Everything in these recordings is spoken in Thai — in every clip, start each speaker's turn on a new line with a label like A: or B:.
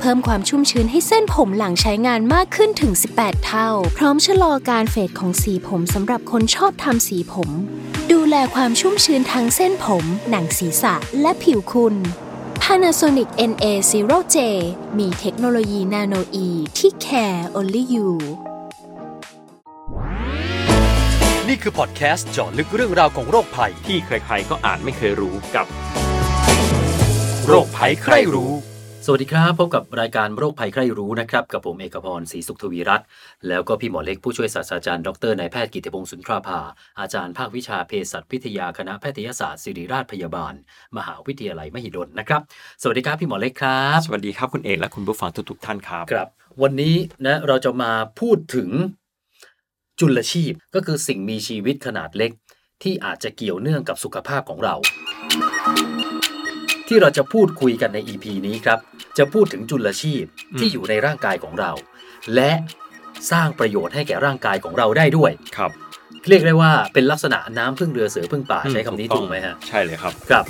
A: เพิ่มความชุ่มชื้นให้เส้นผมหลังใช้งานมากขึ้นถึง 18 เท่า พร้อมชะลอการเฟดของสีผมสำหรับคนชอบทำสีผม ดูแลความชุ่มชื้นทั้งเส้นผม หนังศีรษะและผิวคุณ Panasonic NA0J มีเทคโนโลยีนาโนอีที่ care only you
B: นี่คือพอดแคสต์เจาะลึกเรื่องราวของโรคภัย
C: ที่ใครๆก็อ่านไม่เคยรู้กับ
B: โรคภัยใครรู้
C: สวัสดีครับ พบกับรายการโรคภัยใครรู้นะครับ กับผมเอกพรศรีสุขทวีรัตน์แล้วก็พี่หมอเล็กผู้ช่วยศาสตราจารย์ดรนายแพทย์กิติพงศ์สุนทราภา อาจารย์ภาควิชาเภสัชวิทยาคณะแพทยศาสตร์ศิริราชพยาบาล มหาวิทยาลัยมหิดลนะครับ สวัสดีครับพี่หมอเล็กครับ
D: สวัสดีครับ คุณเอกและคุณผู้ฟังทุกๆท่านครับ
C: ครับวันนี้นะเราจะมาพูดถึงจุลชีพก็คือสิ่งมีชีวิตขนาดเล็ก ที่อาจจะเกี่ยวเนื่องกับสุขภาพของเรา ที่เราจะพูดคุยกันใน EP นี้ครับ จะพูดถึงจุลชีพที่อยู่ในร่างกายของเรา และสร้างประโยชน์ให้แก่ร่างกายของเราได้ด้วย
D: ครับ
C: เรียกได้ว่าเป็นลักษณะน้ำพึ่งเรือเสือพึ่งป่าใช้คำนี้
D: ต้
C: ถู
D: อง
C: กไหมฮะ
D: ใช่เลยครับ
C: ครับ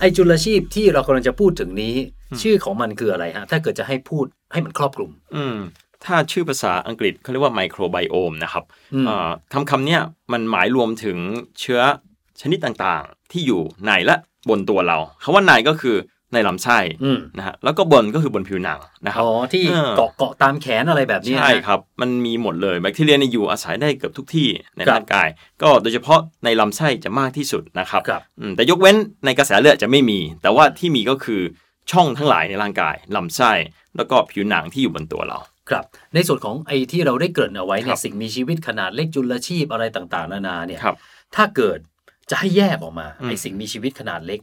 C: ไอจุลชีพที่เรากำลังจะพูดถึงนี้ ชื่อของมันคืออะไรฮะถ้าเกิดจะให้พูดให้มันครอบคลุม
D: อืม ถ้าชื่อภาษาอังกฤษเขาเรียกว่าไมโครไบโอมนะครับ
C: อืม
D: เอ่อคำคำเนี้ยมันหมายรวมถึงเชื้อชนิดต่างๆ ที่อยู่ในและบนตัวเราคาว่าในก็คือในลำไส้
C: อืม
D: นะฮะแล้วก็บนก็คือบนผิวหนังนะครับ
C: อ๋อ ที่
D: เออ
C: เกาะเกาะตามแขนอะไรแบบเนี้ยนะ
D: ใช่ครับ มันมีหมดเลยแบคทีเรียในยอยู่อาศัยได้เกือบทุกที่ใน
C: ครับ
D: ร่างกาย ก็โดยเฉพาะในลำไส้จะมากที่สุดนะครับ
C: ครับ
D: อืมแต่ยกเว้นในกระแสเลือดจะไม่มี แต่ว่าที่มีก็คือช่องทั้งหลายในร่างกายลำไส้แล้วก็ผิวหนังที่อยู่บนตัวเรา
C: ครับ ในส่วนของไอ้ที่เราได้เกริ่นเอาไว้เนี่
D: ครั
C: ย
D: บ
C: สิ่งมีชีวิตขนาดเล็กจุลชีพอะไรต่างๆ นานาเนี่ย
D: ครับ
C: ถ้าเกิดจะให้แยกออกมา
D: อืม
C: ไอ้สิ่งมีชีวิตขนาดเล็ก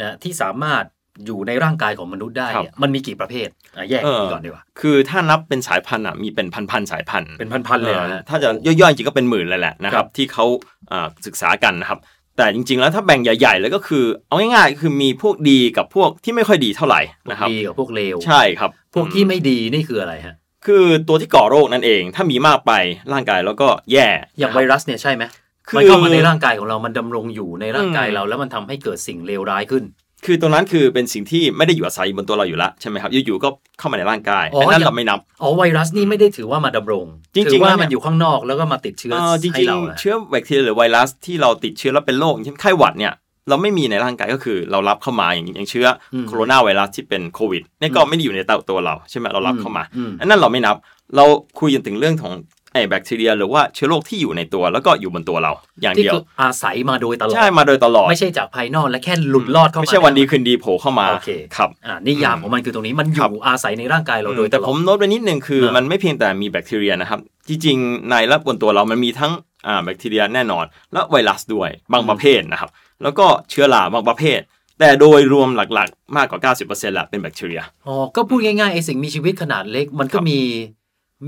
C: นะที่สามารถอยู่ในร่างกายของมนุษย์ได้เนี่ยมันมีกี่ประเภทอ่ะแยก
D: เออ
C: ก่อนดีกว่า
D: คือถ้านับเป็นสายพันธุ์อ่ะมีเป็นพันๆสายพันธุ์
C: เป็นพันๆเลย
D: เอ
C: นะ
D: อ
C: ฮะ
D: ถ้าจะย่อยๆจริงก็เป็นหมื่นเลยแหละนะค
C: ครั
D: รับบ ที่เขาเอ่อศึกษากันนะครับแต่จริง ๆ แล้วถ้าแบ่งใหญ่ ๆ เลยก็คือเอาง่ายๆคือมีพวกดีกับพวกที่ไม่ค่อยดีเท่าไหร่
C: พว
D: นะ
C: ก
D: ครับ
C: ดีกับพวกเลว
D: ใช่ครับ
C: พวกที่ไม่ดีนี่คืออะไรฮะ
D: คือตัวที่ก่อโรคนั่นเอง ถ้ามีมากไปร่างกายแล้วก็แย่
C: อย่าง
D: นะค
C: ไว
D: รับ
C: รัสเนี่ยใช่ไหม
D: คือ
C: มันเข้ามาในร่างกายของเรามันดำรงอยู่ในร่างกาย
D: อืม
C: เรา แล้วมันทำให้เกิดสิ่งเลวร้ายขึ้น
D: คือตรงนั้นคือเป็นสิ่งที่ไม่ได้อยู่อาศัยบนตัวเราอยู่แล้วใช่ไหมครับ อยู่ๆก็เข้ามาในร่างกาย
C: อ๋อ
D: อันนั้น
C: อย่าง
D: เราไม่นับ
C: อ๋อไวรัสนี่ไม่ได้ถือว่ามาดำรง
D: จริงๆ
C: ถือว่า
D: แล้วเนี่
C: มัน
D: ย
C: อยู่ข้างนอกแล้วก็มาติดเชื้อ
D: เอ่อจ
C: ให้
D: ริง
C: เราอะ
D: ๆ เชื้อแบคทีเรียหรือไวรัสที่เราติดเชื้อแล้วเป็นโรคอย่างเช่นไข้หวัดเนี่ยเราไม่มีในร่างกายก็คือเรารับเข้ามาอย่างอย่างเชื้ออโคโรนาไวรัสที่เป็นโควิดเนี่ยก็ไม่ได้อยู่ในตัวเราใช่ไหมเรารับเข้ามา
C: อืม
D: อันนั้นเราไม่นับเราคุยกันถึงเรื่องของไอ้แบคทีเรีย หรือว่าเชื้อโรคที่อยู่ในตัวแล้วก็อยู่บนตัวเราอย่าง
C: ที่
D: เดียว
C: คืออาศัยมาโดยตลอด
D: ใช่มาโดยตลอด
C: ไม่ใช่จากภายนอกและแค่หลุดรอดเข้ามา
D: ไม่ใช่วันดีคืนดีโผล่เข้ามา
C: โอเค
D: ครับ
C: อ่านิยามของมันคือตรงนี้มันอ
D: ครั
C: ยู่
D: บ
C: อาศัยในร่างกายเราโดยต
D: แต่
C: ล
D: ผ
C: อ
D: ม
C: ด
D: โน้ตไว้นิดหนึ่งคือ
C: เออ
D: มันไม่เพียงแต่มีแบคทีเรียนะครับ จริงๆ ในและบนตัวเรามันมีทั้งอ่าแบคทีเรียแน่นอน และไวรัสด้วยบางประเภทนะครับ แล้วก็เชื้อราบางประเภท แต่โดยรวมหลักๆ มากกว่า 90%ละเป็นแบคทีเรีย
C: ๋อก็พูดง่ายๆไอ้สิ่งมีชีวิตขนาดเล็กมันก็
D: ครับ
C: มี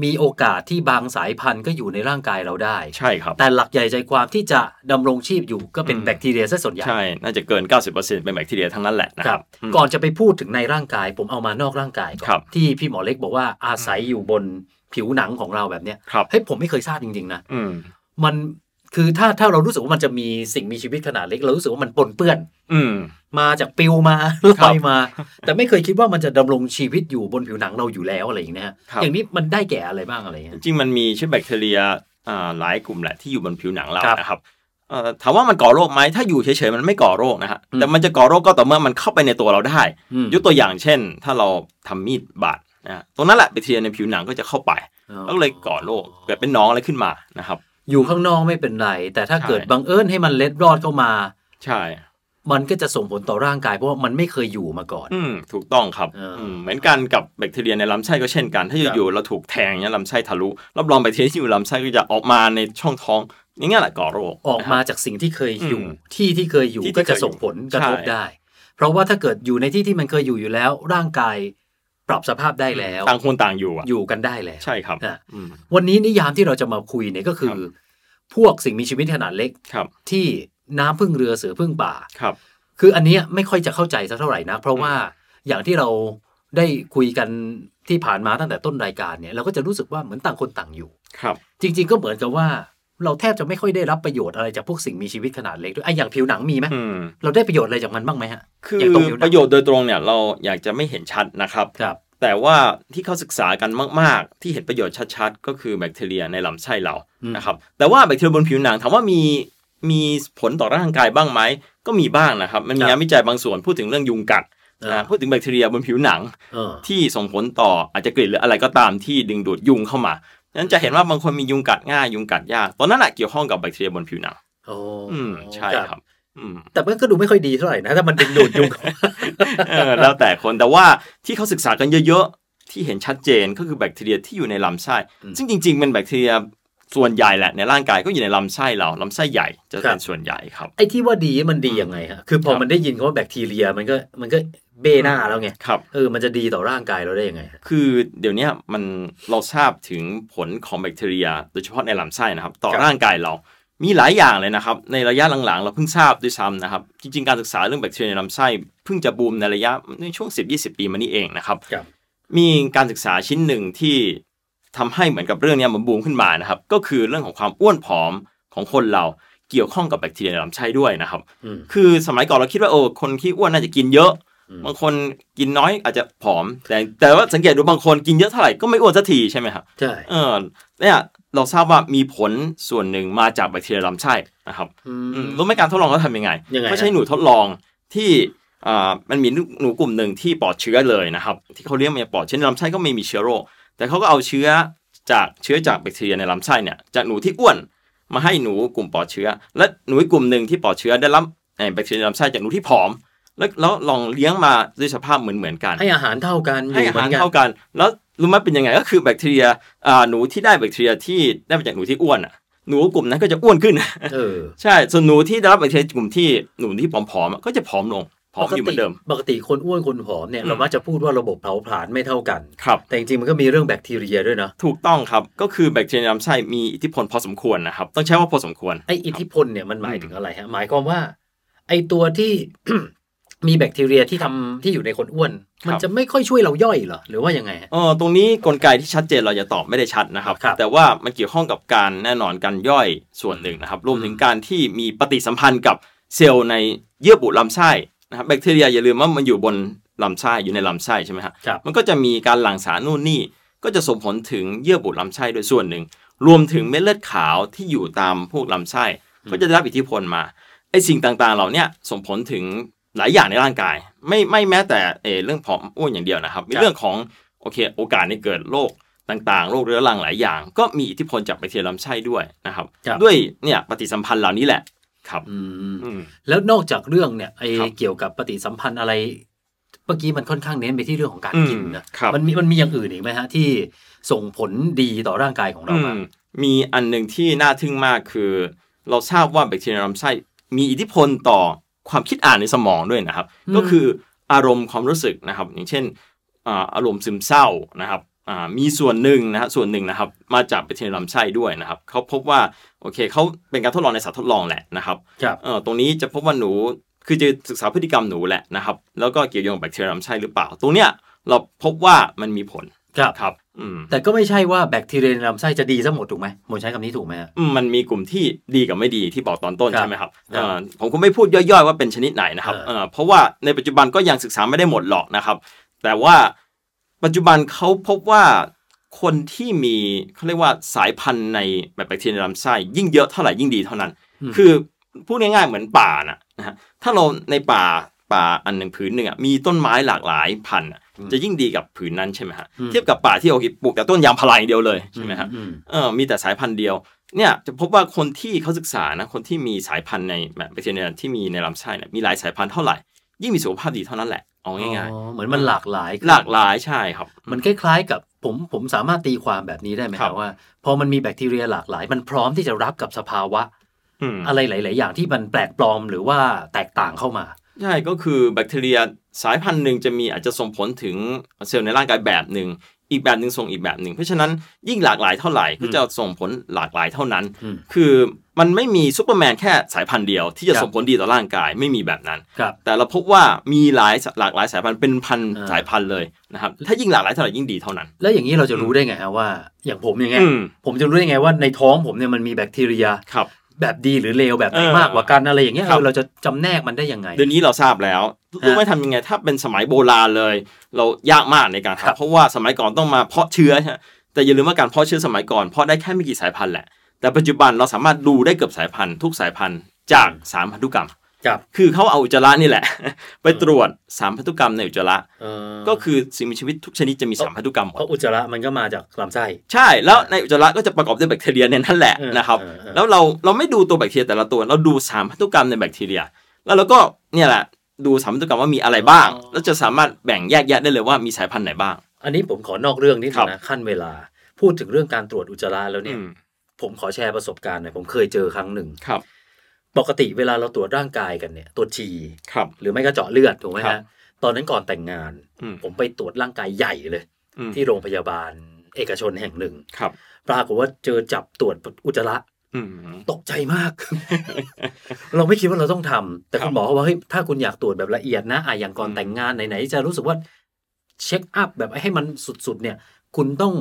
C: มีโอกาสที่บางสายพันธุ์ก็อยู่ในร่างกายเราได้
D: ใช่ครับ
C: แต่หลักใหญ่ใจความที่จะดำรงชีพอยู่ก็เป็น
D: อืม
C: แบคทีเรียซะส่วนใหญ่
D: ใช่น่าจะเกิน 90%เป็นแบคทีเรียทั้งนั้นแหละนะ
C: ค
D: ค
C: รั
D: รั
C: บบ
D: อืม
C: ก่อนจะไปพูดถึงในร่างกาย ผมเอามานอกร่างกายก่อน
D: ครับ
C: ที่พี่หมอเล็กบอกว่าอาศัยอยู่บนผิวหนังของเราแบบเนี้ย
D: ครับ
C: เฮ้ยผมไม่เคยทราบจริงๆนะ
D: อืม
C: มันคือถ้าถ้าเรารู้สึกว่ามันจะมีสิ่งมีชีวิตขนาดเล็ก เรารู้สึกว่ามันปนเปื้อน
D: อืม
C: มาจากปิวมา
D: ครั
C: ล
D: บ
C: อยมา แต่ไม่เคยคิดว่ามันจะดำรงชีวิตอยู่บนผิวหนังเราอยู่แล้วอะไรอย่างเงี้ยฮะ
D: ครับ
C: อย่างนี้มันได้แก่อะไรบ้างอะไรเงี้ย
D: จริงๆมันมีเชื้อแบคทีเรียอ่าหลายกลุ่มแหละที่อยู่บนผิวหนังเรา
C: ครับ
D: นะครับเอ่อถามว่ามันก่อโรคไหมถ้าอยู่เฉยๆมันไม่ก่อโรคนะฮะ
C: อืม
D: แต่มันจะก่อโรคก็ต่อเมื่อมันเข้าไปในตัวเราได้
C: อืม
D: ยกตัวอย่างเช่น ถ้าเราทำมีดบาดนะฮะตรงนั้นแหละแบคทีเรียในผิวหนังก็จะเข้าไปแล้วก็เลยก่อโรคเกิดเป็นหน้องอะไรขึ้นมานะครับ
C: อยู่ข้างนอกไม่เป็นไร แต่ถ้า
D: ใช่
C: เกิดบังเอิญให้มันเล็ดรอดเข้ามา
D: ใช่
C: มันก็จะส่งผลต่อร่างกายเพราะว่ามันไม่เคยอยู่มาก่อน
D: อืมถูกต้องครับ
C: เอออื
D: มเหมือนกันกับแบคทีเรียในลำไส้ก็เช่นกัน ถ้าอยู่ๆเราถูกแทงเนี่ยลำไส้ทะลุรับรองแบคทีเรียที่อยู่ลำไส้ก็จะออกมาในช่องท้องอย่างเงี้ยแหละก่อโรค
C: ออก
D: นะครับ
C: มาจากสิ่งที่เคยอยู่
D: อืม
C: ที่ที่เคยอยู่
D: ที่ที่
C: ก็จะส่งผลกระทบ
D: ใช่
C: ได้ เพราะว่าถ้าเกิดอยู่ในที่ที่มันเคยอยู่อยู่แล้ว ร่างกายปรับสภาพได้แล้ว
D: ต่างคนต่างอยู่อ่ะ
C: อยู่กันได้แล้ว
D: ใช่ครับ
C: นะ
D: อืม
C: วันนี้นิยามที่เราจะมาคุยเนี่ยก็คือ
D: ครับ
C: พวกสิ่งมีชีวิตขนาดเล็ก
D: ครับ
C: ที่ น้ำพึ่งเรือเสือพึ่งป่า
D: ครับ
C: คืออันเนี้ยไม่ค่อยจะเข้าใจสักเท่าไหร่นะ เพราะว่าอย่างที่เราได้คุยกันที่ผ่านมาตั้งแต่ต้นรายการเนี่ยเราก็จะรู้สึกว่าเหมือนต่างคนต่างอยู่
D: ครับ
C: จริง ๆ ก็เหมือนกับว่า เราแทบจะไม่ค่อยได้รับประโยชน์อะไรจากพวกสิ่งมีชีวิตขนาดเล็กด้วยไอะอย่างผิวหนังมีไหม
D: อืม
C: เราได้ประโยชน์อะไรจากมันบ้างไหมฮะ
D: คือย่าง
C: ตงผิวหนัง
D: ประโยชน์โดยตรงเนี่ยเราอยากจะไม่เห็นชัดนะครับ
C: ครับ
D: แต่ว่าที่เขาศึกษากันมาก ๆ ที่เห็นประโยชน์ชัด ๆ ก็คือแบคทีเรียในลำไส้เรานะครับแต่ว่าแบคทีเรียบนผิวหนังถามว่ามีมีผลต่อร่างกายบ้างไหมก็มีบ้างนะครับมันมีงานวิจัยบางส่วนพูดถึงเรื่องยุงกัดนะพูดถึงแบคทีเรียบนผิวหนัง
C: เออ
D: ที่ส่งผลต่ออาจจะกลิ่นหรืออะไรก็ตามที่ดึงดูดยุงเข้ามานั้นจะเห็นว่าบางคนมียุงกัดง่ายยุงกัดยากตอนนั้นแหละเกี่ยวข้องกับแบคทีเรียบนผิวหนัง
C: โอ้
D: อืมใช่ครับ อืม
C: แต่มันก็ดูไม่ค่อยดีเท่าไหร่นะถ้ามันดึงดูดยุง
D: เออแล้วแต่คนแต่ว่าที่เขาศึกษากันเยอะๆ ที่เห็นชัดเจนก็คือแบคทีเรียที่อยู่ในลำไส้
C: อืม
D: ซึ่งจริงๆเป็นแบคทีเรียส่วนใหญ่แหละในร่างกายก็อยู่ในลำไส้เราลำไส้ใหญ่จะ
C: ครั
D: เป็
C: บ
D: นส่วนใหญ่ครับ
C: ไอ้ที่ว่าดีมันดียังไงฮะคือพอ
D: ครับ
C: มันได้ยินคำว่าแบคทีเรียมันก็มันก็เบ้หน้าแล้วไง
D: ครับ
C: เออมันจะดีต่อร่างกายเราได้ยังไงฮะ
D: คือเดี๋ยวเนี้ยมันเราทราบถึงผลของแบคทีเรีย โดยเฉพาะในลำไส้นะครับ ต่อ
C: ครับ
D: ร่างกายเรา มีหลายอย่างเลยนะครับ ในระยะหลังๆ เราเพิ่งทราบด้วยซ้ำนะครับ จริงๆ การศึกษาเรื่องแบคทีเรียในลำไส้เพิ่งจะบูมในระยะในช่วง 10-20 ปีมานี้เองนะครับ
C: ครับ
D: มีการศึกษาชิ้นหนึ่งที่ทำให้เหมือนกับเรื่องเนี้ยมันบูมขึ้นมานะครับ ก็คือเรื่องของความอ้วนผอมของคนเราเกี่ยวข้องกับแบคทีเรียในลำไส้ด้วยนะครับ
C: อืม
D: คือสมัยก่อนเราคิดว่าโอ้คนที่อ้วนน่าจะกินเยอะ
C: อืม
D: บางคนกินน้อยอาจจะผอม แต่แต่ว่าสังเกตดูบางคนกินเยอะเท่าไหร่ก็ไม่อ้วนสักทีใช่ไหมครับ
C: ใช่
D: เออเนี่ยเราทราบว่ามีผลส่วนหนึ่งมาจากแบคทีเรียลำไส้นะครับอืมรู้ไหมการทดลองเขาทำยังไง
C: ยังไงฮะ
D: เขาใช้หนูทดลองที่อ่ามันมีหนูกลุ่มหนึ่งที่ปลอดเชื้อเลยนะครับ ที่เขาเรียกมันจะปลอดเชื้อในลำไส้ก็ไม่มีเชื้อโรคแต่เขาก็เอาเชื้อจากเชื้อจากแบคทีเรียในลำไส้เนี่ยจากหนูที่อ้วน มาให้หนูกลุ่มปลอดเชื้อ และหนูอีกกลุ่มหนึ่งที่ปลอดเชื้อได้รับเอ่อแบคทีเรียในลำไส้จากหนูที่ผอม แล้วแล้วลองเลี้ยงมาด้วยสภาพเหมือนเหมือนๆกัน
C: ให้อาหารเท่ากัน
D: ให้
C: ยู่
D: อาหาร
C: มืนกัน
D: เท่ากัน แล้วรู้ไหมเป็นยังไงก็คือแบคทีเรียอ่าหนูที่ได้แบคทีเรียที่ได้มาจากหนูที่อ้วนอ่ะหนูกลุ่มนั้นก็จะอ้วนขึ้น
C: เออ
D: ใช่ส่วนหนูที่ได้รับแบคทีเรียกลุ่มที่หนูที่ผอมๆอะก็จะผอมลงผอมอยู่เหมือนเดิม
C: ปกติคนอ้วนคนผอมเนี่ย
D: อืม
C: เรามักจะพูดว่าระบบเผาผลาญไม่เท่ากัน
D: ครับ
C: แต่จริงๆมันก็มีเรื่องแบคทีเรียด้วยเนาะ
D: ถูกต้องครับก็คือแบคทีเรียในลำไส้มีอิทธิพลพอสมควรนะครับต้องใช้ว่าพอสมควร
C: ไออิทธิพลเนี่ยมันหมายถึงอะไรฮะหมายความว่า ไอตัวที่ มีแบคทีเรียที่ทำที่อยู่ในคนอ้วน มัน
D: ครับ
C: จะไม่ค่อยช่วยเราย่อยเหรอหรือว่ายังไงฮะ
D: เออตรงนี้กลไกที่ชัดเจนเราจะตอบไม่ได้ชัดนะครับ
C: ครับ
D: แต่ว่ามันเกี่ยวข้องกับการแน่นอนการย่อยส่วนหนึ่งนะครับ รวมถึงการที่มีปฏิสัมพันธ์กับเซลล์ในเยื่อบุลำไส้นะครับแบคทีเรียอย่าลืมว่ามันอยู่บนลำไส้อยู่ในลำไส้ใช่ไหมฮะ
C: ครับ
D: มันก็จะมีการหลั่งสารนู่นนี่ก็จะส่งผลถึงเยื่อบุลำไส้ด้วยส่วนหนึ่ง รวมถึงเม็ดเลือดขาวที่อยู่ตามพวกลำไส้ก็จะได้รับอิทธิพลมาไอสิ่งต่างๆ เหล่าเนี้ยส่งผลถึงหลายอย่างในร่างกาย ไม่ไม่แม้แต่เออเรื่องผอมอ้วนอย่างเดียวนะครับมีเรื่องของโอเคโอกาสในเกิดโรคต่างๆโรคเรื้อรังหลายอย่าง ก็มีอิทธิพลจากแบคทีเรียลำไส้ด้วยนะครับ
C: ครับ
D: ด้วยเนี่ยปฏิสัมพันธ์เหล่านี้แหละครับ
C: อืม
D: อืม
C: แล้วนอกจากเรื่องเนี่ยไอ
D: ครับ
C: เกี่ยวกับปฏิสัมพันธ์อะไร เมื่อกี้มันค่อนข้างเน้นไปที่เรื่องของการ
D: อืม
C: กินนะครับ มันมีมันมีอย่างอื่นอีกไหมฮะ ที่ส่งผลดีต่อร่างกายของเราบ้าง
D: อืมมีอันหนึ่งที่น่าทึ่งมากคือ เราทราบว่าแบคทีเรียในลำไส้มีอิทธิพลต่อความคิดอ่านในสมองด้วยนะครับ
C: อืม
D: ก็คืออารมณ์ความรู้สึกนะครับ อย่างเช่นอ่าอารมณ์ซึมเศร้านะครับอ่ามีส่วนหนึ่งนะฮะส่วนหนึ่งนะครับ มาจากแบคทีเรียในลำไส้ด้วยนะครับเขาพบว่าโอเคเขาเป็นการทดลองในสัตว์ทดลองแหละนะครับ
C: ครับ
D: เออตรงนี้จะพบว่าหนูคือจะศึกษาพฤติกรรมหนูแหละนะครับ แล้วก็เกี่ยวโยงกับแบคทีเรียลำไส้หรือเปล่า ตรงเนี้ยเราพบว่ามันมีผล
C: ครับ
D: ครับอืม
C: แต่ก็ไม่ใช่ว่าแบคทีเรียในลำไส้จะดีซะหมดถูกไหมผมใช้คำนี้ถูกไหมฮะ
D: อืมมันมีกลุ่มที่ดีกับไม่ดีที่บอกตอนต้น
C: ครับ
D: ใช่ไหมครับ
C: ครับ
D: เอ่อผมคงไม่พูดย่อยๆว่าเป็นชนิดไหนนะครับ
C: เออ
D: เอ่อเพราะว่าในปัจจุบันก็ยังศึกษาไม่ได้หมดหรอกนะครับ แต่ว่าปัจจุบันเขาพบว่าคนที่มีเขาเรียกว่าสายพันธุ์ในแบบแบคทีเรียลำไส้ยิ่งเยอะเท่าไหร่ยิ่งดีเท่านั้น คือพูดง่ายๆเหมือนป่านะนะฮะถ้าเราในป่าป่าอันหนึ่งผืนหนึ่งอ่ะมีต้นไม้หลากหลายพันธุ์อะจะยิ่งดีกับผืนนั้นใช่ไหมฮะเทียบกับป่าที่โอเคปลูกแต่ต้นยางพาราอย่างเดียวเลยใช่ไหมฮะ
C: อืม
D: เออมีแต่สายพันธุ์เดียวเนี่ยจะพบว่าคนที่เขาศึกษานะคนที่มีสายพันธุ์ในแบบแบคทีเรียที่มีในลำไส้เนี่ยมีหลายสายพันธุ์เท่าไหร่ ยิ่งมีสุขภาพดีเท่านั้นแหละเอา
C: อ๋
D: ง่าย
C: อเหมือนมันหลากหลาย
D: ๆ หลากหลายใช่ครับ
C: มันคล้ายๆ กับผมผมสามารถตีความแบบนี้ได้ไหม
D: ครั
C: ฮะ
D: บ
C: ว่า พอมันมีแบคทีเรียหลากหลาย มันพร้อมที่จะรับกับสภาวะ
D: อืม
C: อะไรหลาย ๆ อย่างที่มันแปลกปลอมหรือว่าแตกต่างเข้ามา
D: ใช่ก็คือแบคทีเรียสายพันธุ์หนึ่งจะมีอาจจะส่งผลถึงเซลล์ในร่างกายแบบหนึ่ง อีกแบบหนึ่งส่งอีกแบบหนึ่ง เพราะฉะนั้นยิ่งหลากหลายเท่าไหร่ก็จะส่งผลหลากหลายเท่านั้น
C: อืม
D: คือมันไม่มีซูเปอร์แมนแค่สายพันธุ์เดียว ที่จะ
C: ครับ
D: ส่งผลดีต่อร่างกายไม่มีแบบนั้น
C: ครับ
D: แต่เราพบว่ามีหลายหลากหลายสายพันธุ์เป็นพัน
C: อ่า
D: สายพันธุ์เลยนะครับถ้ายิ่งหลากหลายเท่าไหร่ยิ่งดีเท่านั้น
C: แล้วอย่างนี้เราจะรู้ได้ไงฮะว่า อย่างผมอย่างเงี้ย
D: อืม
C: ผมจะรู้ได้ไงว่าในท้องผมเนี่ยมันมีแบคทีเรีย
D: ครับ
C: แบบดีหรือเลวแบบไหน
D: เออ
C: มากกว่ากันอะไรอย่างเงี้ย
D: ครับ
C: เออเราจะจำแนกมันได้ยังไง
D: เดี๋ยวนี้เราทราบแล้วรู้ไหม่ทำยังไงถ้าเป็นสมัยโบราณเลย เรายากมากในการ
C: ครับ
D: ทำเพราะว่าสมัยก่อนต้องมาเพาะเชื้อใช่ไหมแต่อย่าลืมว่าการเพาะเชื้อสมัยก่อนเพาะได้แค่ไม่กี่สายพันธุ์แหละแต่ปัจจุบันเราสามารถดูได้เกือบสายพันธุ์ทุกสายพันธุ์จากสารพันธุกรรม
C: ครับ
D: คือเขาเอาอุจจาระนี่แหละ ไปตรวจสารพันธุกรรมในอุจจาระ
C: เออ
D: ก็คือสิ่งมีชีวิตทุกชนิดจะมีสารพันธุกรรมหม
C: เพ
D: ด
C: ราะอุจจาระมันก็มาจากลำไส้
D: ใช่แล้วในอุจจาระก็จะประกอบด้วยแบคทีเรียในนั้นแหละ
C: เออ
D: นะครับ
C: เออเออ
D: แล้วเราเราไม่ดูตัวแบคทีเรียแต่ละตัว เราดูสารพันธุกรรมในแบคทีเรีย แล้วเราก็เนี่ยแหละดูสารพันธุกรรมว่ามีอะไรบ้าง แล้วจะสามารถแบ่งแยกแยะได้เลยว่ามีสายพันธุ์ไหนบ้าง
C: อันนี้ผมขอนอกเรื่องนิด
D: ครับ
C: นะขั้นเวลา พูดถึงเรื่องการตรวจอุจจาระแล้วเนี่ย
D: อืม
C: ผมขอแชร์ประสบการณ์หน่อยผมเคยเจอครั้งหนึ่ง
D: ครับ
C: ปกติเวลาเราตรวจร่างกายกันเนี่ยตรวจฉี่
D: ครับ
C: หรือไม่ก็เจาะเลือดถูกไหม
D: ครั
C: ฮะ
D: บ
C: ตอนนั้นก่อนแต่งงาน
D: อืม
C: ผมไปตรวจร่างกายใหญ่เลย
D: อืม
C: ที่โรงพยาบาล เอกชนแห่งหนึ่ง
D: ครับ
C: ปรากฏว่าเจอจับตรวจอุจจาระ
D: อืม
C: ตกใจมาก เราไม่คิดว่าเราต้องทำ แต่
D: ครับ
C: คุณหมอเขาบอกเฮ้ยถ้าคุณอยากตรวจแบบละเอียดนะอ่ะอย่างก่อน
D: อืม
C: แต่งงานไหนๆจะรู้สึกว่าเช็คอัพแบบให้มันสุดๆเนี่ย คุณต้อง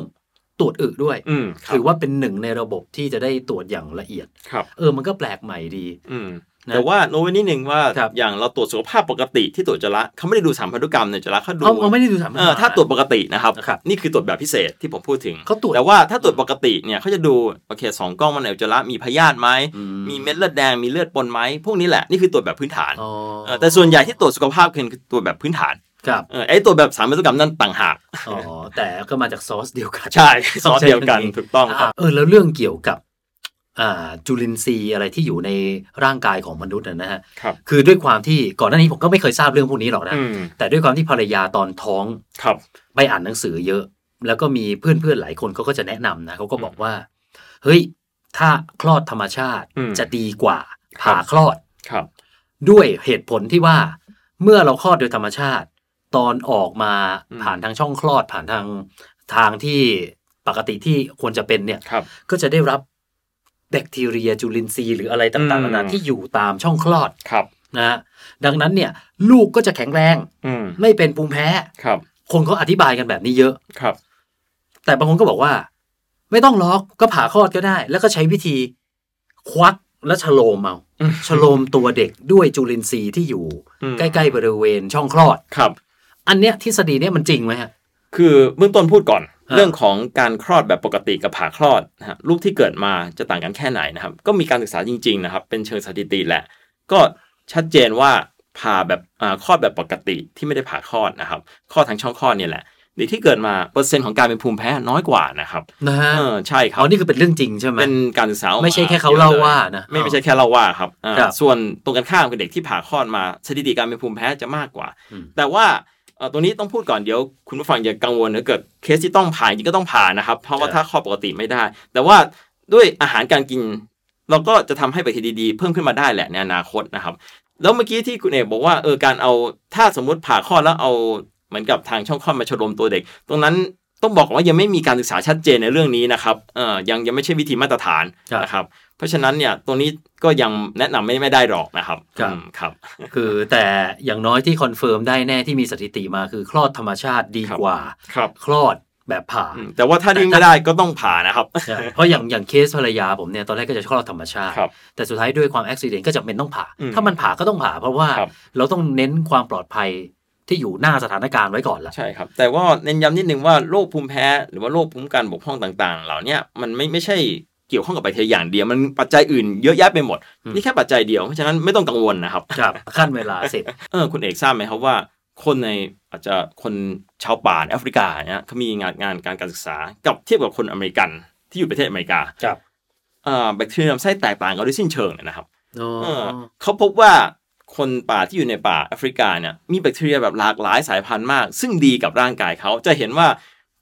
C: ตรวจอึด้วย
D: อืมครับ
C: ถือว่าเป็นหนึ่งในระบบที่จะได้ตรวจอย่างละเอียด
D: ครับ
C: เออมันก็แปลกใหม่ดี
D: อืม
C: นะ
D: แต่ว่าโน้ตไว้นิดนึงว่า
C: ครับ
D: อย่างเราตรวจสุขภาพปกติที่ตรวจอุจจาระเขาไม่ได้ดูสารพันธุกรรมในอุจจาระเขาดู
C: เอาเอาไม่ได้ดูสาม
D: เออ
C: ภษณ
D: ถ้าตรวจปกตินะครับ
C: ครับ
D: นี่คือตรวจแบบพิเศษที่ผมพูดถึง
C: เขาตรวจ
D: แต่ว่าถ้าตรวจปกติเนี่ยเขาจะดูโอเคสองกล้องมันในอุจจาระมีพยาธิไหม
C: อืม
D: มีเม็ดเลือดแดงมีเลือดปนไหมพวกนี้แหละนี่คือตรวจแบบพื้นฐาน
C: อ๋อ
D: เออแต่ส่วนใหญ่ที่ตรวจสุขภาพคือตรวจแบบพื้นฐาน
C: ครับ
D: เออไอ้ตรวจแบบสารพันธุกรรมนั่นต่างหาก
C: อ๋อแต่ก็มาจากซอสเดียวกัน
D: ใช่ซ อสเดียวกันถูกต้องครับ
C: อ่ะเออแล้วเรื่องเกี่ยวกับ อ่า จุลินทรีย์อะไรที่อยู่ในร่างกายของมนุษย์นะนะฮะ
D: ครับ
C: คือด้วยความที่ก่อนหน้านี้ผมก็ไม่เคยทราบเรื่องพวกนี้หรอกนะ
D: อืม
C: แต่ด้วยความที่ภรรยาตอนท้อง
D: ครับ
C: ไปอ่านหนังสือเยอะ แล้วก็มีเพื่อนๆหลายคนเขาก็จะแนะนำนะเขาก็บอกว่า เฮ้ย ถ้าคลอดธรรมชาติ
D: อืม
C: จะดีกว่า
D: ครั
C: ผ่า
D: บ
C: คลอด
D: ครับ
C: ด้วยเหตุผลที่ว่า เมื่อเราคลอดโดยธรรมชาติ ตอนออกมา
D: อืม
C: ผ่านทางช่องคลอดผ่านทางทางที่ปกติที่ควรจะเป็นเนี่ย
D: ครับ
C: ก็จะได้รับแบคทีเรียจุลินทรีย์หรืออะไรต่างๆ
D: อืม
C: นานาที่อยู่ตามช่องคลอด
D: ครับ
C: นะฮะดังนั้นเนี่ยลูกก็จะแข็งแรง
D: อืม
C: ไม่เป็นภูมิแพ้
D: ครับ
C: คนเขาอธิบายกันแบบนี้เยอะ
D: ครับ
C: แต่บางคนก็บอกว่า ไม่ต้องล็อกก็ผ่าคลอดก็ได้ แล้วก็ใช้วิธีควักและชะโลมเอา
D: อืม
C: ชะโลมตัวเด็กด้วยจุลินทรีย์ที่อยู่
D: อืม
C: ใกล้ๆบริเวณช่องคลอด
D: ครับ
C: อันเนี้ยทฤษฎีเนี้ยมันจริงไหมฮะ
D: คือเบื้องต้นพูดก่อน
C: อ่า
D: เรื่องของการคลอดแบบปกติกับผ่าคลอดนะฮะลูกที่เกิดมาจะต่างกันแค่ไหนนะครับ ก็มีการศึกษาจริงๆนะครับ เป็นเชิงสถิติแหละ ก็ชัดเจนว่าผ่าแบบอ่าคลอดแบบปกติที่ไม่ได้ผ่าคลอดนะครับคลอดทางช่องคลอดเนี่ยแหละเด็กที่เกิดมาเปอร์เซ็นต์ของการเป็นภูมิแพ้น้อยกว่านะครับ
C: นะฮะ
D: เออใช่ครั
C: อ๋
D: บ
C: อนี่คือเป็นเรื่องจริงใช่ไหม
D: เป็นการศึกษาออกา
C: ไม่ใช่แค่เขาเล่าว่านะ
D: ไม่ไม่ใช่แค่เล่าว่าครับอ่า
C: ครับ
D: ส่วนตรงกันข้ามคือเด็กที่ผ่าคลอดมาสถิติการเป็นภูมิแพ้จะมากกว่า
C: อืม
D: แต่ว่า เอ่อตรงนี้ต้องพูดก่อนเดี๋ยวคุณผู้ฟังอย่ากังวลนะเกิดเคสที่ต้องผ่าจริงก็ต้องผ่านะครับ เพราะว่า
C: ใช่
D: ถ้าข้อปกติไม่ได้ แต่ว่าด้วยอาหารการกิน เราก็จะทำให้แบคทีเรียดีๆเพิ่มขึ้นมาได้แหละในอนาคตนะครับ แล้วเมื่อกี้ที่คุณเอกบอกว่าเออการเอาถ้าสมมติผ่าข้อดแล้วเอาเหมือนกับทางช่องคลอดมาชะลมตัวเด็ก ตรงนั้นต้องบอกก่อนว่ายังไม่มีการศึกษาชัดเจนในเรื่องนี้นะครับเออยังยังไม่ใช่วิธีมาตรฐาน
C: ครับ
D: นะครับ เพราะฉะนั้นเนี่ยตรงนี้ก็ยังแนะนำไม่ไม่ได้หรอกนะครับ
C: ครับ
D: อืมครับ
C: คือแต่อย่างน้อยที่คอนเฟิร์มได้แน่ที่มีสถิติมาคือคลอดธรรมชาติดี
D: ครับ
C: กว่า
D: ครับ
C: คลอดแบบผ่า
D: อืมแต่ว่าถ้าดิ้นไม่ได้ก็ต้องผ่านะครับ
C: ใช่เพราะอย่างอย่างเคสภรรยาผมเนี่ยตอนแรกก็จะคลอดธรรมชาติ
D: ครับ
C: แต่สุดท้ายด้วยความอุบิเหตุก็จำเป็นต้องผ่า
D: อืม
C: ถ้ามันผ่าก็ต้องผ่า เพราะว่า
D: ครับ
C: เราต้องเน้นความปลอดภัยที่อยู่หน้าสถานการณ์ไว้ก่อนละ
D: ใช่ครับ แต่ว่าเน้นย้ำนิดนึงว่าโรคภูมิแพ้หรือว่าโรคภูมิคุ้มกันบกพร่องต่าง ๆ เหล่าเนี้ยมันไม่ไม่ใช่เกี่ยวข้องกับปัจจัยอย่างเดียว มันปัจจัยอื่นเยอะแยะไปหมด
C: อืม
D: นี่แค่ปัจจัยเดียว เพราะฉะนั้นไม่ต้องกังวลนะครับ
C: ครับขั้นเวลาเสร็จ
D: เออคุณเอกทราบไหมครับว่า คนในอาจจะคนชาวป่าในแอฟริกาเนี่ยเขามีงานงานการการศึกษากับเทียบกับคนอเมริกันที่อยู่ประเทศอเมริกา
C: ครับ
D: เอ่อแบคทีเรียลำไส้แตกต่างกันด้วยสิ้นเชิงเลยนะครับ
C: อ๋อ
D: เออเขาพบว่าคนป่าที่อยู่ในป่าแอฟริกาเนี่ยมีแบคทีเรียแบบหลากหลายสายพันธุ์มาก ซึ่งดีกับร่างกายเขาจะเห็นว่า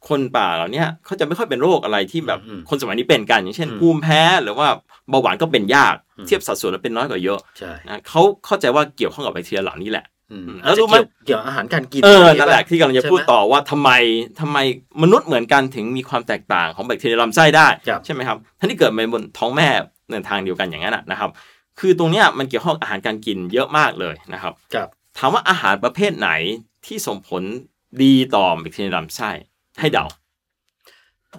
D: คนป่าเหล่าเนี้ยเขาจะไม่ค่อยเป็นโรคอะไรที่แบบคนสมัยนี้เป็นกันอย่างเช่นภูมิแพ้หรือว่าเบาหวานก็เป็นยากเทียบสัดส่วนแล้วเป็นน้อยกว่าเยอะ
C: ใช่
D: นะเขาเข้าใจว่าเกี่ยวข้องกับแบคทีเรียเหล่านี้แหละ
C: อืม
D: แล้วรู้ไหม
C: อาจจะเกี่ยวเกี่ยวอาหารการกิน
D: เออนั่นแหละที่กำลังจะพูดต่
C: ใช่ไหม
D: อว่าทำไมทำไมมนุษย์เหมือนกันถึงมีความแตกต่างของแบคทีเรียลำไส้ได้
C: ครับ
D: ใช่ไหมครับทั้งที่เกิดมาบนท้องแม่ในทางเดียวกันอย่างนั้นนะนะครับ คือตรงเนี้ยมันเกี่ยวข้องอาหารการกินเยอะมากเลยนะครับ
C: ครับ
D: ถามว่าอาหารประเภทไหนที่ส่งผลดีต่อแบคทีเรียลำไส้ให้เดา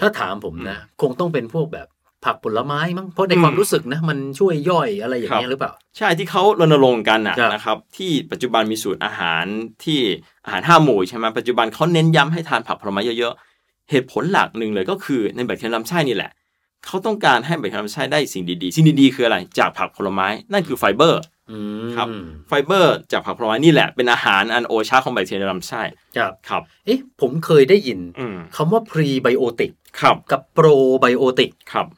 C: ถ้าถามผมนะ คงต้องเป็นพวกแบบผักผลไม้มั้งเพราะในความรู้สึกนะมันช่วยย่อยอะไรอย่างเงี้
D: ครั
C: ย
D: บ
C: หรือเปล่า
D: ใช่ที่เขารณรงค์กันน่ะ
C: ครับ
D: นะครับ ที่ปัจจุบันมีสูตรอาหารที่อาหารห้าหมู่ใช่ไหมปัจจุบันเขาเน้นย้ำให้ทานผักผลไม้เยอะๆ เหตุผลหลักหนึ่งเลยก็คือในแบคทีเรียลำไส้นี่แหละ เขาต้องการให้แบคทีเรียลำไส้ได้สิ่งดีๆ สิ่งดีๆคืออะไรจากผักผลไม้นั่นคือไฟเบอร์
C: อืม
D: ครับ ไฟเบอร์จากผักผลไม้นี่แหละเป็นอาหารอันโอชาของแบคทีเรียลำไส้
C: ครับ
D: ครับ
C: เอ๊ะผมเคยได้ยิน
D: อืม
C: คำว่าพรีไบโอติก
D: ครับ
C: กับโปรไบโอติก
D: ครับ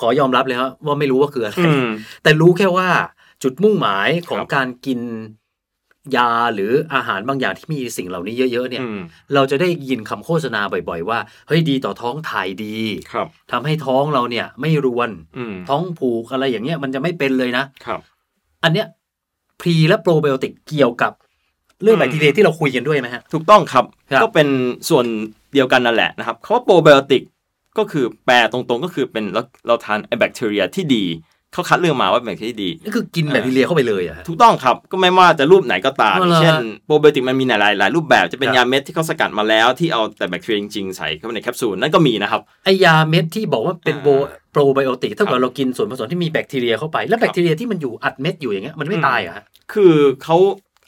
C: ขอยอมรับเลยครับว่าไม่รู้ว่าคืออะไร
D: อืม
C: แต่รู้แค่ว่าจุดมุ่งหมายของ
D: ครับ
C: การกินยาหรืออาหารบางอย่างที่มีสิ่งเหล่านี้เยอะ ๆ เนี่ย
D: อืม
C: เราจะได้ยินคำโฆษณาบ่อย ๆ ว่าเฮ้ยดีต่อท้องถ่ายดี
D: ครับ
C: ทำให้ท้องเราเนี่ย ไม่รวน
D: อืม
C: ท้องผูกอะไรอย่างเงี้ยมันจะไม่เป็นเลยนะ
D: ครับ
C: อันเนี้ยพรีและโปรไบโอติกเกี่ยวกับเรื่องแบคทีเรียที่เราคุยกันด้วยไหมฮะ
D: ถูกต้องครับ
C: ครับ
D: ก็เป็นส่วนเดียวกันนั่นแหละนะครับคำว่าโปรไบโอติกก็คือแปลตรงๆก็คือเป็นเราเราทานไอแบคทีเรียที่ดีเขาคัดเลือกมาว่าแบคทีเรียที่ดี
C: นี่คือกินแบคทีเรียเข้าไปเลยอะฮะ
D: ถูกต้องครับ ก็ไม่ว่าจะรูปไหนก็ตาม
C: อ๋อเหรอ
D: เช่นโปรไบโอติกมันมีหลายหลายรูปแบบจะเป็น
C: ครับ
D: ยาเม็ดที่เขาสกัดมาแล้วที่เอาแต่แบคทีเรียจริงๆใส่เข้าไปในแคปซูลนั่นก็มีนะครับ
C: ไอยาเม็ดที่บอกว่าเป็น
D: อ่า
C: โบโปรไบโอติกเท่า
D: ครั
C: กับบ เรากินส่วนผสมที่มีแบคทีเรียเข้าไป แล้วแบคทีเรียที่มันอยู่อัดเม็ดอยู่อย่างเงี้ยมันไม่ตายเหรอะฮะ
D: คือเขา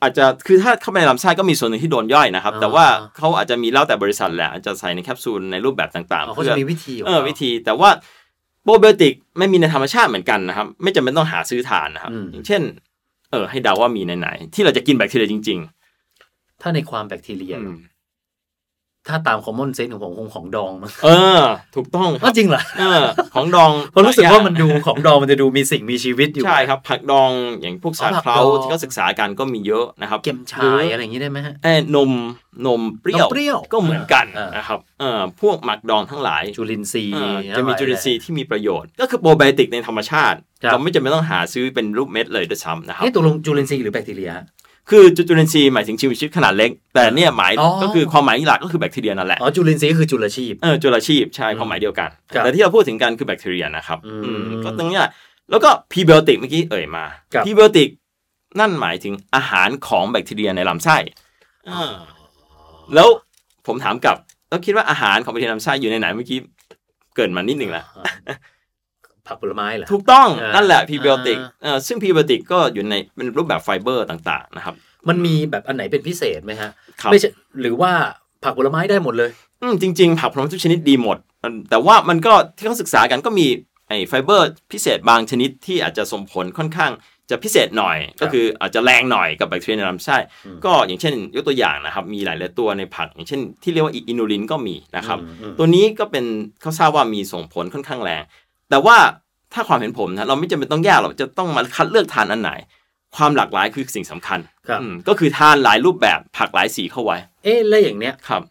D: อาจจะคือถ้าเข้าไปในลำไส้ก็มีส่วนหนึ่งที่โดนย่อยนะครับ
C: อ่า
D: แต่ว่าเขาอาจจะมีแล้วแต่บริษัทแหละอาจจะใส่ในแคปซูลในรูปแบบต่าง
C: อ๋อ
D: ๆ
C: เขา
D: พื่
C: จะมีวิธีของ
D: เออ
C: ขา
D: วิธีแต่ว่าโปรไบโอติกไม่มีในธรรมชาติเหมือนกันนะครับ ไม่จำเป็นต้องหาซื้อทานนะครับ
C: อืม
D: อย่างเช่น เออ ให้เดาว่ามีไหนๆที่เราจะกินแบคทีเรียจริง
C: ถ้าในความแบคทีเรี
D: ๆ
C: ย
D: อืม
C: ถ้าตามคอมมอนเซนส์ของผมคงของดองมั้ง
D: เออ ถูกต้องค
C: ก็
D: รับ
C: จริงเหรอ
D: เออ ของดอง
C: ผมรู้สึกว่ามันดูของดองมันจะดูมีสิ่งมีชีวิตอยู่
D: ใช่ครับ ผักดองอย่างพวก
C: อ๋
D: สา
C: อผัก
D: เครา
C: ดอง
D: ที่เขาศึกษากันก็มีเยอะนะครับ
C: เกมชา
D: ห
C: ย
D: อ
C: อะไรอย่างนี้ได้ไหมฮะ
D: เอ้ยนมนมเปรี้ย
C: นมเปรี้ยว
D: ก็เหมือนกัน
C: อ่าน
D: นะครับเออพวกหมักดองทั้งหลาย
C: จุลินทรีย์
D: อ่าจะมีจุลินทรีย์ที่มีประโยชน์ ก็คือโปรไบโอติกในธรรมชาติ
C: ครับ
D: เราไม่จำเป็นต้องหาซื้อเป็นรูปเม็ดเลยด้วยซ้ำนะครับ
C: นี่ตกลงจุลินทรีย์หรือแบคทีเรียฮะ
D: คือจุลินทรีย์หมายถึงชีวชีวิตขนาดเล็ก แต่เนี่ยหมาย
C: อ๋อ
D: ก็คือความหมายหลักก็คือแบคทีเรียนั่นแหละ
C: อ๋อจุลินทรีย์ก็คือจุลชีพ
D: เออจุลชีพใช่ความหมายเดียวกัน
C: ครับ
D: แต่ที่เราพูดถึงกันคือแบคทีเรียนะครับ
C: อืม
D: อืมก็ตรงเนี้ยแล้วก็พรีไบโอติกเมื่อกี้เอ่ยมา
C: ครับ
D: พรีไบโอติกนั่นหมายถึงอาหารของแบคทีเรียในลำไส้อ่าแล้วผมถามกลับแล้วคิดว่าอาหารของแบคทีเรียลำไส้อยู่ในไหนเมื่อกี้เกริดมานิดหนึ่งละ
C: ผักผลไม้เหรอ
D: ถูกต้อง
C: เออ
D: นั่นแหละพรีไบโอติก
C: อ่า
D: เอ่อซึ่งพรีไบโอติกก็อยู่ในเป็นรูปแบบไฟเบอร์ต่าง ๆ นะครับ
C: มันมีแบบอันไหนเป็นพิเศษไหมฮะ
D: ครับ
C: ไม่ใช่หรือว่าผักผลไม้ได้หมดเลย
D: อืมจริง ๆ ผักผลไม้ทุกชนิดดีหมดมันแต่ว่ามันก็ที่เขาศึกษากันก็มีไอ้ไฟเบอร์พิเศษบางชนิดที่อาจจะส่งผลค่อนข้างจะพิเศษหน่อย ก็คืออาจจะแรงหน่อยกับแบคทีเรียในลำไส้ก็อย่างเช่นยกตัวอย่างนะครับมีหลายๆตัวในผัก อย่างเช่น ที่เรียกว่าอินูลินก็มีนะครับ
C: อืมอืม
D: ตัวนี้ก็เป็นเขาทราบว่ามีส่งผลค่อนข้างแรง แต่ว่าถ้าความเห็นผมนะเราไม่จำเป็นต้องแยกหรอกจะต้องมาคัดเลือกทานอันไหน ความหลากหลายคือสิ่งสำคัญ
C: ครับ
D: อืมก็คือทานหลายรูปแบบผักหลายสีเข้าไว้
C: เอ๊ะแล้วอย่างเนี้ย
D: ครับ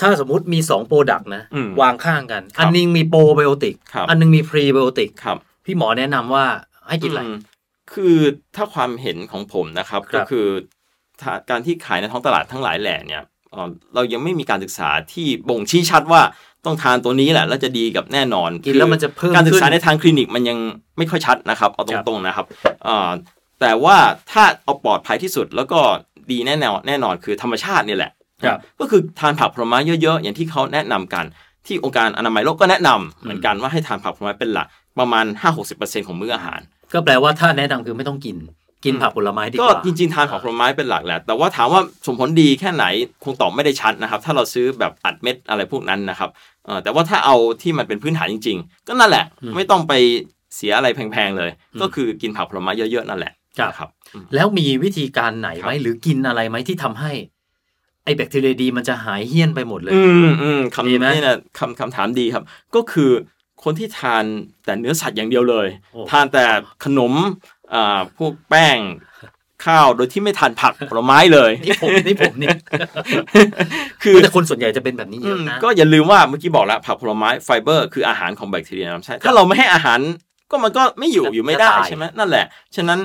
C: ถ้าสมมติมี2โปรดักต์นะ
D: อืม
C: วางข้างกัน
D: ครับ
C: อันหนึงมีโปรไบโอติก
D: ครับ
C: อันหนึงมีพรีไบโอติก
D: ครับ
C: พี่หมอแนะนำว่าให้กินอะไร
D: อืมคือถ้าความเห็นของผมนะครับ
C: ครับ
D: ก็คือถ้าการที่ขายในท้องตลาดทั้งหลายแหล่เนี่ยเอ่อเรายังไม่มีการศึกษาที่บ่งชี้ชัดว่าต้องทานตัวนี้แหละ แล้วจะดีกับแน่นอน
C: กิน
D: คือ
C: แล้วมันจะเพิ่ม
D: การศึกษา
C: ขึ้น
D: ในทางคลินิกมันยังไม่ค่อยชัดนะครับเอาต
C: ครับ
D: รงๆนะครับเอ่อแต่ว่าถ้าเอาปลอดภัยที่สุดแล้วก็ดีแน่นอนแน่นอนคือธรรมชาตินี่แหละ
C: ครับ
D: ก็คือทานผักผลไม้เยอะๆ อย่างที่เขาแนะนำกัน ที่องค์การอนามัยโลกก็แนะนำเหมือนกันว่าให้ทานผักผลไม้เป็นหลักประมาณ 5-60%ของมื้ออาหาร
C: ก็แปลว่าถ้าแนะนำคือไม่ต้องกิน กินผักผลไม้ดีก
D: ก็
C: ว่า
D: จริงๆ ทานของผลไม้เป็นหลักแหละ แต่ว่าถามว่าสมผลดีแค่ไหนคงตอบไม่ได้ชัดนะครับ ถ้าเราซื้อแบบอัดเม็ดอะไรพวกนั้นนะครับเอ่อแต่ว่าถ้าเอาที่มันเป็นพื้นฐานจริง ๆ ก็นั่นแหละ ไม่ต้องไปเสียอะไรแพงๆเลย ก็คือกินผักผลไม้เยอะๆ นั่นแหละ
C: ครับ
D: นะครับ
C: แล้วมีวิธีการไหนไหมหรือกินอะไรไหมที่ทำให้ ไอแบคทีเรียดีมันจะหายเหี้ยนไปหมดเลย
D: อืมอืม
C: ดี
D: คำ
C: ไหม
D: นี่นะคำคำถามดีครับ ก็คือคนที่ทานแต่เนื้อสัตว์อย่างเดียวเลย
C: โอ้
D: ทานแต่ขนมอ่าพวกแป้งข้าวโดยที่ไม่ทานผักผลไม้ เลย
C: นี่ผมนี่ผม นี่
D: คือ
C: แต่คนส่วนใหญ่จะเป็นแบบนี้เยอะนะ
D: ก็อย่าลืมว่าเมื่อกี้บอกแล้วผักผลไม้ไฟเบอร์คืออาหารของแบคทีเรียในลำไส้ถ้าเราไม่ให้อาหารก็มันก็ไม่อยู่อยู่ไม่ได้
C: จะตาย
D: ใช่ไหมนั่นแหละ ฉะนั้น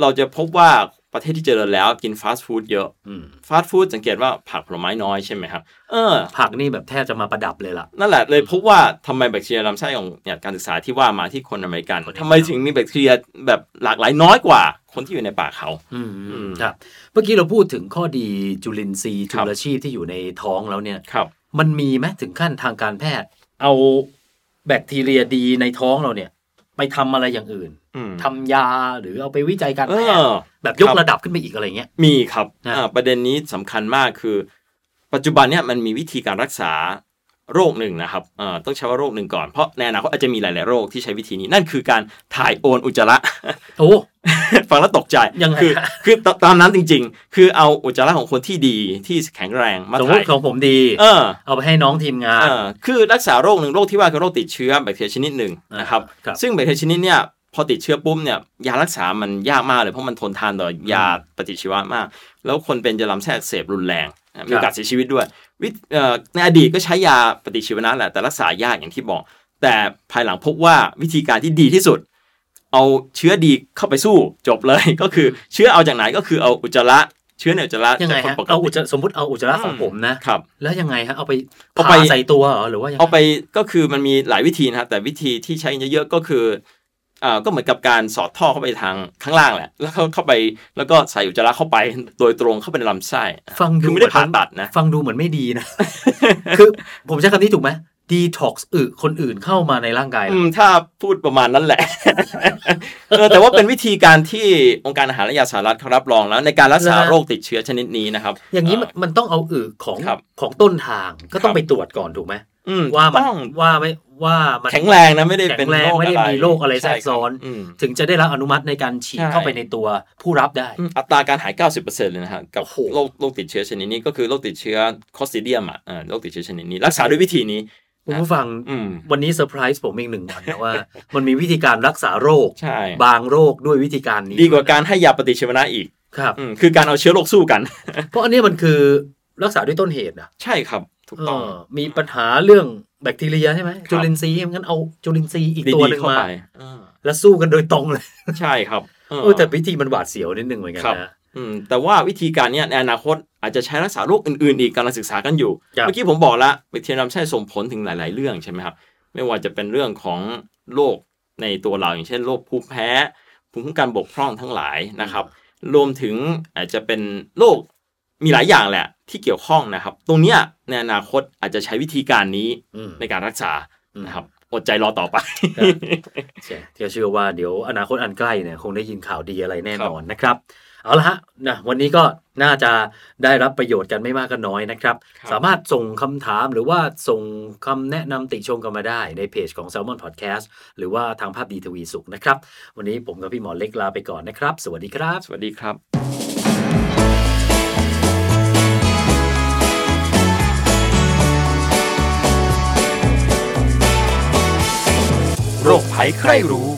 D: เราจะพบว่า ประเทศที่เจริญแล้วกินฟาสต์ฟู้ดเยอะ
C: อืม
D: ฟาสต์ฟู้ดสังเกตว่าผักผลไม้น้อยใช่ไหมครับเออ
C: ผักนี่แบบแทบจะมาประดับเลยล่ะ
D: นั่นแหละเลยพบว่าทำไมแบคทีเรียลำไส้ของเนี่ยการศึกษาที่ว่ามาที่คนอเมริกัน
C: คนอเมริกัน
D: ทำไมถึงมีแบคทีเรียแบบหลากหลายน้อยกว่า คนที่อยู่ในป่าเขา
C: อืม
D: อืม
C: ครับ เมื่อกี้เราพูดถึงข้อดีจุลินทรีย์
D: ครั
C: จุ
D: บ
C: ลชีพที่อยู่ในท้องแล้วเนี่ย
D: ครับ
C: มันมีไหมถึงขั้นทางการแพทย์ เอาแบคทีเรียดีในท้องเราเนี่ย ไปทำอะไรอย่างอื่น
D: อืม
C: ทำยาหรือเอาไปวิจัยการแพท
D: เอ
C: ย์
D: อ
C: แบบย
D: ค
C: ก
D: รับ
C: ระดับขึ้นไปอีกอะไรเงี้ย
D: มีครับ
C: นะ
D: อ่าประเด็นนี้สำคัญมากคือ ปัจจุบันเนี่ยมันมีวิธีการรักษาโรคหนึ่งนะครับเอ่อต้องใช้ว่าโรคหนึ่งก่อนเพราะในอนาคตอาจจะมีหลาย ๆ โรคที่ใช้วิธีนี้นั่นคือการถ่ายโอนอุจจาระ
C: โอ้
D: ฟังแล้วตกใจ
C: ยังไง
D: คือ
C: ฮะ
D: คือตตามนั้นจริง ๆ คือเอาอุจจาระของคนที่ดีที่แข็งแรงมา
C: สมม
D: ถ่า
C: ติ
D: ย
C: ของผมดี
D: เออ
C: เอาไปให้น้องทีมงาน
D: เอ่อคือรักษาโรคหนึ่งโรคที่ว่าคือโรคติดเชื้อแบคทีเรียชนิดหนึ่งนะครับ
C: อ่าครับ
D: ซึ่งแบคทีเรียชนิดเนี่ยพอติดเชื้อปุ๊บเนี่ยยารักษามันยากมากเลยเพราะมันทนทานต่อยาปฏิชีวนะมาก แล้วคนเป็นจะลำไส้อักเสบรุนแรงนะมีโอกาสเสียชีวิตด้วยวิธีเอ่อในอดีตก็ใช้ยาปฏิชีวนะแหละแต่รักษายากอย่างที่บอก แต่ภายหลังพบว่าวิธีการที่ดีที่สุด เอาเชื้อดีเข้าไปสู้จบเลย ก็คือเชื้อเอาจากไหนก็คือเอาอุจจาระเชื้อในอุจจาระ
C: ยังไง
D: จากคน
C: ฮะ
D: ปกติ
C: เอาอุจจาสมมติเอาอุจจาระของผมนะ
D: ครับ
C: แล้วยังไงฮะเอาไป
D: เอา
C: เอา
D: ไป
C: ไปใส่ตัวเหรอหรือว่ายังไง
D: เอาไปก็คือมันมีหลายวิธีนะครับแต่วิธีที่ใช้เยอะๆก็คือเอ่อก็เหมือนกับการสอดท่อเข้าไปทางข้างล่างแหละ แล้วเข้าเข้าไปแล้วก็ใส่อุจจาระเข้าไปโดยตรงเข้าไปในลำไส้
C: ฟังดู
D: คือไม่ได้ผ่าตัดนะ
C: ฟังดูเหมือนไม่ดีนะ คือผมใช้คำนี้ถูกไหมดีท็อกซ์อึคนอื่นเข้ามาในร่างกายเหรอ
D: อืมถ้าพูดประมาณนั้นแหละ เออแต่ว่าเป็นวิธีการที่องค์การอาหารและยาสหรัฐเขารับรองแล้ว ในการรักษาโรคติดเชื้อชนิดนี้นะครับ
C: อย่างนี้มันมันต้องเอาอึของ
D: ครับ
C: ของต้นทางก็ต้อ
D: ครั
C: ง
D: บ
C: ไปตรวจก่อนถูกไหม
D: อืม
C: ว่ามัน
D: ต้อง
C: ว่าไม่ว่ามัน
D: แข็งแรงนะไม่ได้เป็
C: แข็
D: น
C: งแรง
D: โรค
C: ไม่ได้
D: อะไร
C: มีโรคอะไรแทร
D: ใช่
C: กซ้อน
D: บอืม
C: ถึงจะได้รับอนุมัติในการฉีด
D: ใช่
C: เข้าไปในตัวผู้รับได้
D: อืมอัตราการหาย 90%เลยนะฮะกับ
C: โอ้โห
D: โรคโรคติดเชื้อชนิดนี้ก็คือโรคติดเชื้อคอสติเดียมอ่ะเออโรคติดเชื้อชนิดนี้ รักษาด้วยวิธีนี้
C: คุณผู้ฟัง
D: อืม
C: วันนี้เซอร์ไพรส์ผมอีกหนึ่งวันนะว่า มันมีวิธีการรักษาโรค
D: ใช่
C: บางโรคด้วยวิธีการนี้
D: ดีกว่าการให้ยาปฏิชีวนะอีก
C: ครับ
D: อืมคือการเอาเชื้อโรคสู้กัน
C: เพราะอันเนี้ยมันคือรักษาด้วยต้นเหตุนะ
D: ใช่ครับ ถูกต้อง
C: เออมีปัญหาเรื่องแบคทีเรียใช่ไหม
D: ครับ
C: จุลินทรีย์งั้นเอาจุลินทรีย์อีก
D: ดี
C: ตัวห
D: ๆ
C: นึ่ง
D: เข้า
C: มา
D: ไปอ่า
C: แล้วสู้กันโดยตรงเลย
D: ใช่ครับเออ
C: เออแต่วิธีมันหวาดเสียวนิดนึงเหมือนกัน
D: ครับ
C: นะ
D: อืมแต่ว่าวิธีการเนี้ยในอนาคตอาจจะใช้รักษาโรคอื่น ๆ อีกกำลังศึกษากันอยู่
C: ครับ
D: เมื่อกี้ผมบอกแล้วแบคทีเรียลำไส้ส่งผลถึงหลาย ๆ เรื่องใช่ไหมครับ ไม่ว่าจะเป็นเรื่องของโรคในตัวเราอย่างเช่นโรคภูมิแพ้ภูมิคุ้มกันบกพร่องทั้งหลายนะครับ รวมถึงอาจจะเป็นโรคมีหลายอย่างแหละ ที่เกี่ยวข้องนะครับ ตรงเนี้ยในอนาคตอาจจะใช้วิธีการนี้
C: อืม
D: ในการรักษา
C: อืม
D: นะครับอดใจรอต่อไป
C: ใช่เที่ยวเชื่อว่าเดี๋ยวอนาคตอันใกล้เนี่ยคงได้ยินข่าวดีอะไรแน่นอนนะครับ เอาละฮะนะวันนี้ก็น่าจะได้รับประโยชน์กันไม่มากก็น้อยนะครับ
D: ครับ
C: สามารถส่งคำถามหรือว่าส่งคำแนะนำติชมกันมาได้ในเพจของ Salmon Podcast หรือว่าทางภาพดีทวีสุขนะครับ วันนี้ผมกับพี่หมอเล็กลาไปก่อนนะครับ สวัสดีครับ
D: สวัสดีครับ
E: โรคภัยใครรู้